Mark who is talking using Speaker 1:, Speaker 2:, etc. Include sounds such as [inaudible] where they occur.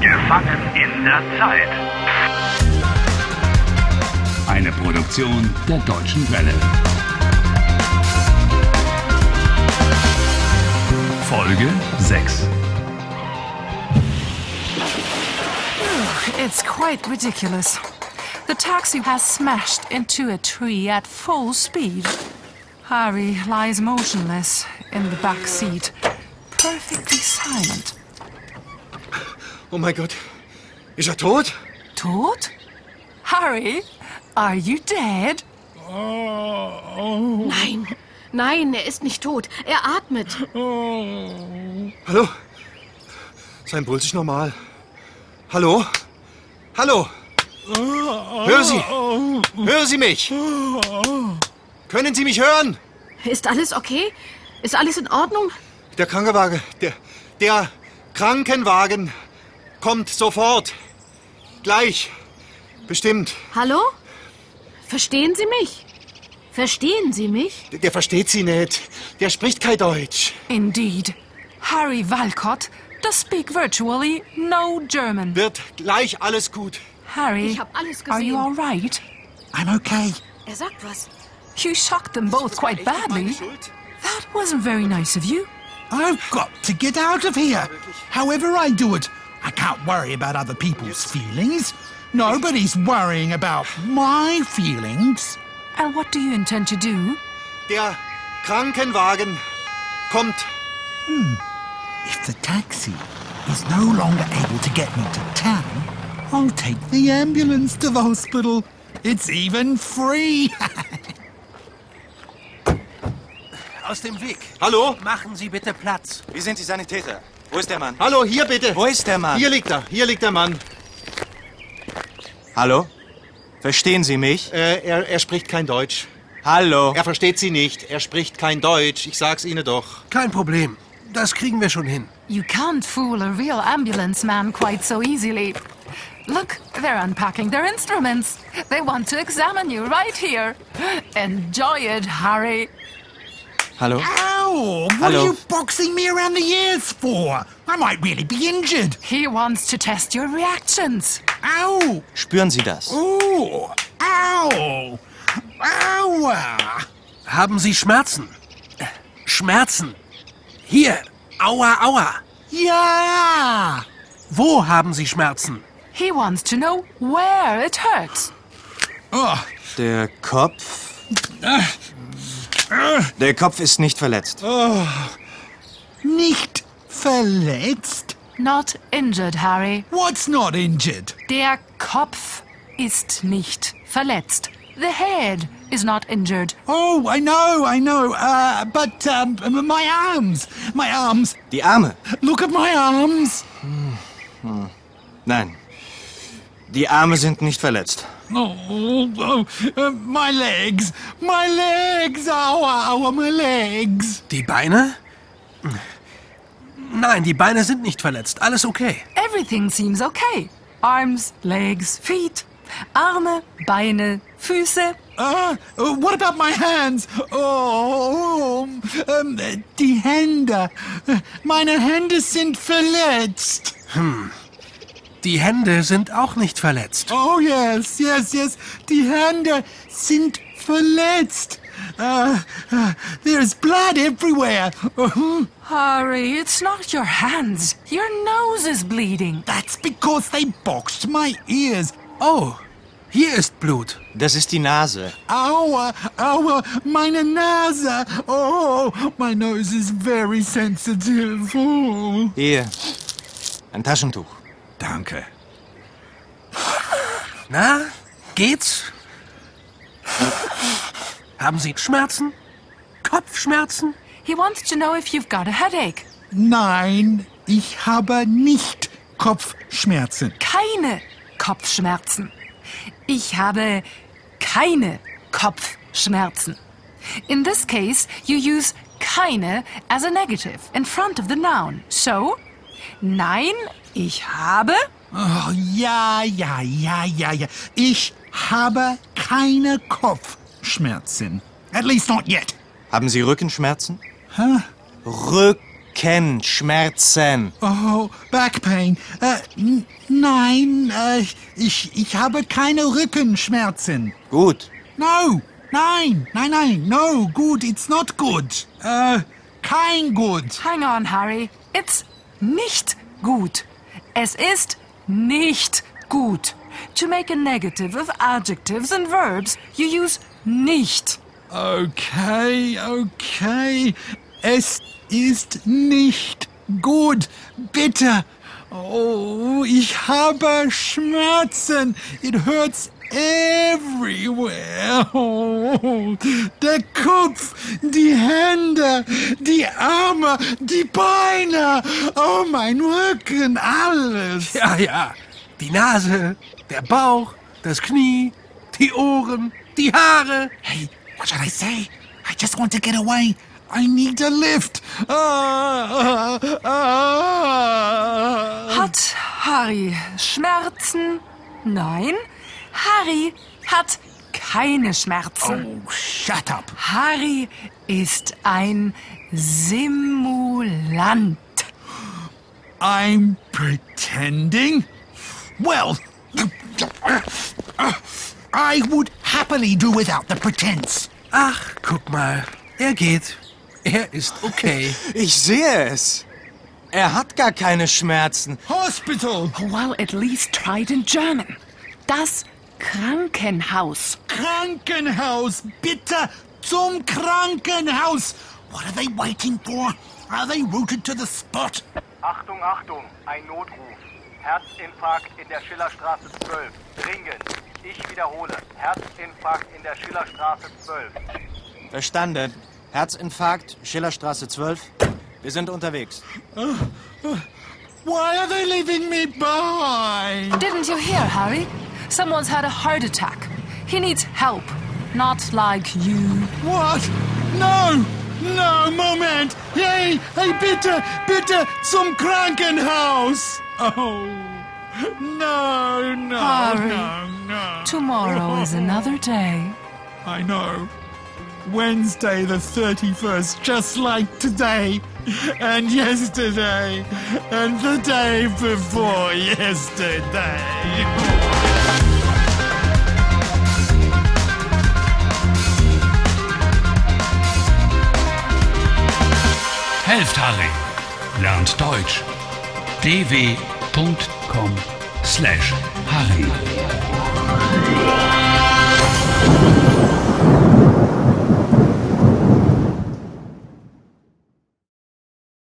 Speaker 1: Gefangen in der Zeit.
Speaker 2: Eine Produktion der Deutschen Welle. Folge 6.
Speaker 3: It's quite ridiculous. The taxi has smashed into a tree at full speed. Harry lies motionless in the back seat, perfectly silent.
Speaker 4: Oh mein Gott. Ist er tot?
Speaker 3: Tot? Harry, are you dead?
Speaker 5: Nein, nein, er ist nicht tot. Er atmet.
Speaker 4: Hallo? Sein Puls ist normal. Hallo? Hallo? Hören Sie! Hören Sie mich! Können Sie mich hören?
Speaker 5: Ist alles okay? Ist alles in Ordnung?
Speaker 4: Der Krankenwagen, der, der Krankenwagen kommt sofort. Gleich. Bestimmt.
Speaker 5: Hallo? Verstehen Sie mich? Verstehen Sie mich?
Speaker 4: Der, der versteht Sie nicht. Der spricht kein Deutsch.
Speaker 3: Indeed. Harry Walcott does speak virtually no German.
Speaker 4: Wird gleich alles gut.
Speaker 3: Harry,
Speaker 5: Ich hab alles
Speaker 3: are you all
Speaker 5: gesehen.
Speaker 3: right?
Speaker 6: I'm okay.
Speaker 5: Er sagt was.
Speaker 3: You shocked them both quite badly. That wasn't very nice of you.
Speaker 6: I've got to get out of here. However, I do it, I can't worry about other people's feelings. Nobody's worrying about my feelings.
Speaker 3: And what do you intend to do?
Speaker 4: Der Krankenwagen kommt
Speaker 6: If the taxi is no longer able to get me to town, I'll take the ambulance to the hospital. It's even free.
Speaker 7: Aus dem Weg.
Speaker 4: Hallo?
Speaker 7: Machen Sie bitte Platz.
Speaker 8: Wie sind die Sanitäter? Wo ist der Mann?
Speaker 4: Hallo, hier bitte.
Speaker 8: Wo ist der Mann?
Speaker 4: Hier liegt er. Hier liegt der Mann.
Speaker 8: Hallo? Verstehen Sie mich?
Speaker 4: Äh, er, er spricht kein Deutsch.
Speaker 8: Hallo?
Speaker 4: Er versteht sie nicht. Er spricht kein Deutsch. Ich sag's Ihnen doch.
Speaker 7: Kein Problem. Das kriegen wir schon hin.
Speaker 3: You can't fool a real ambulance man quite so easily. Look, they're unpacking their instruments. They want to examine you right here. Enjoy it, Harry.
Speaker 8: Hallo?
Speaker 6: Ow! What
Speaker 8: Hello.
Speaker 6: are you boxing me around the ears for? I might really be injured.
Speaker 3: He wants to test your reactions.
Speaker 6: Ow!
Speaker 8: Spüren Sie das?
Speaker 6: Ooh! Ow! Ow!
Speaker 7: Haben Sie Schmerzen? Äh, Schmerzen. Hier. Aua, aua.
Speaker 6: Yeah!
Speaker 7: Wo haben Sie Schmerzen?
Speaker 3: He wants to know where it hurts.
Speaker 6: Oh,
Speaker 8: Der Kopf? Der Kopf ist nicht verletzt.
Speaker 6: nicht verletzt?
Speaker 3: Not injured, Harry.
Speaker 6: What's not injured?
Speaker 3: Der Kopf ist nicht verletzt. The head is not injured.
Speaker 6: Oh, I know, I know. Uh, but um, my arms, my arms.
Speaker 8: Die Arme?
Speaker 6: Look at my arms.
Speaker 8: Nein. Die Arme sind nicht verletzt.
Speaker 6: Oh, oh, oh, uh, my legs, my legs. Ow, ow, my legs.
Speaker 7: Die Beine? Nein, die Beine sind nicht verletzt. Alles okay.
Speaker 3: Everything seems okay. Arms, legs, feet. Arme, Beine, Füße.
Speaker 6: Uh, uh, what about my hands? Oh, um, die Hände. Meine Hände sind verletzt.
Speaker 7: Hm. Die Hände sind auch nicht verletzt.
Speaker 6: Oh yes, yes, yes. Die Hände sind verletzt. Uh, uh, there's blood everywhere. [laughs] Mhm.
Speaker 3: Harry, it's not your hands. Your nose is bleeding.
Speaker 6: That's because they boxed my ears.
Speaker 7: Oh, hier ist Blut.
Speaker 8: Das ist die Nase.
Speaker 6: Aua, aua, meine Nase. Oh, my nose is very sensitive. Oh.
Speaker 8: Hier. Ein Taschentuch.
Speaker 6: Danke.
Speaker 7: Na, geht's? Haben Sie Schmerzen? Kopfschmerzen?
Speaker 3: He wants to know if you've got a headache.
Speaker 6: Nein, ich habe nicht Kopfschmerzen.
Speaker 3: Keine Kopfschmerzen. Ich habe keine Kopfschmerzen. In this case, you use keine as a negative in front of the noun. So, nein, ich habe.
Speaker 6: Oh, ja, ja, ja, ja, ja. Ich habe keine Kopfschmerzen. At least not yet.
Speaker 8: Haben Sie Rückenschmerzen?
Speaker 6: Hä?
Speaker 8: Rückenschmerzen. Ken, Schmerzen.
Speaker 6: Oh, back pain. Äh, n- nein, äh, ich, ich habe keine Rückenschmerzen.
Speaker 8: Gut.
Speaker 6: No, nein, nein, nein, no, good, it's not good. Äh, kein gut.
Speaker 3: Hang on, Harry. It's nicht gut. Es ist nicht gut. To make a negative of adjectives and verbs, you use nicht.
Speaker 6: Okay, okay. Es ist nicht gut. Bitte. Oh, ich habe Schmerzen. It hurts everywhere. [laughs] Oh, der Kopf, die Hände, die Arme, die Beine. Oh, mein Rücken, alles.
Speaker 7: Ja, ja. Die Nase, der Bauch, das Knie, die Ohren, die Haare.
Speaker 6: Hey, what should I say? I just want to get away. I need a lift. Ah, ah, ah.
Speaker 3: Hat Harry Schmerzen? Nein. Harry hat keine Schmerzen.
Speaker 6: Oh, shut up.
Speaker 3: Harry ist ein Simulant.
Speaker 6: I'm pretending? Well, I would happily do without the pretense.
Speaker 7: Ach, guck mal. Er geht. Er ist okay.
Speaker 8: Ich sehe es. Er hat gar keine Schmerzen.
Speaker 6: Hospital!
Speaker 3: Well, at least try it in German. Das Krankenhaus.
Speaker 6: Krankenhaus! Bitte zum Krankenhaus! What are they waiting for? Are they rooted to the spot?
Speaker 1: Achtung, Achtung, ein Notruf. Herzinfarkt in der Schillerstraße 12. Dringend. Ich wiederhole, Herzinfarkt in der Schillerstraße 12.
Speaker 8: Verstanden. Herzinfarkt, Schillerstraße 12. Wir sind unterwegs.
Speaker 6: Why are they leaving me behind?
Speaker 3: Didn't you hear, Harry? Someone's had a heart attack. He needs help. Not like you.
Speaker 6: What? No! No, Moment! Hey, hey, bitte, bitte zum Krankenhaus! Oh, no, no,
Speaker 3: Harry.
Speaker 6: no, no.
Speaker 3: Tomorrow
Speaker 6: [laughs]
Speaker 3: is another day.
Speaker 6: I know. Wednesday the 31st, just like today, and yesterday, and the day before yesterday.
Speaker 2: Helft Harry. Lernt Deutsch. dw.com/harry.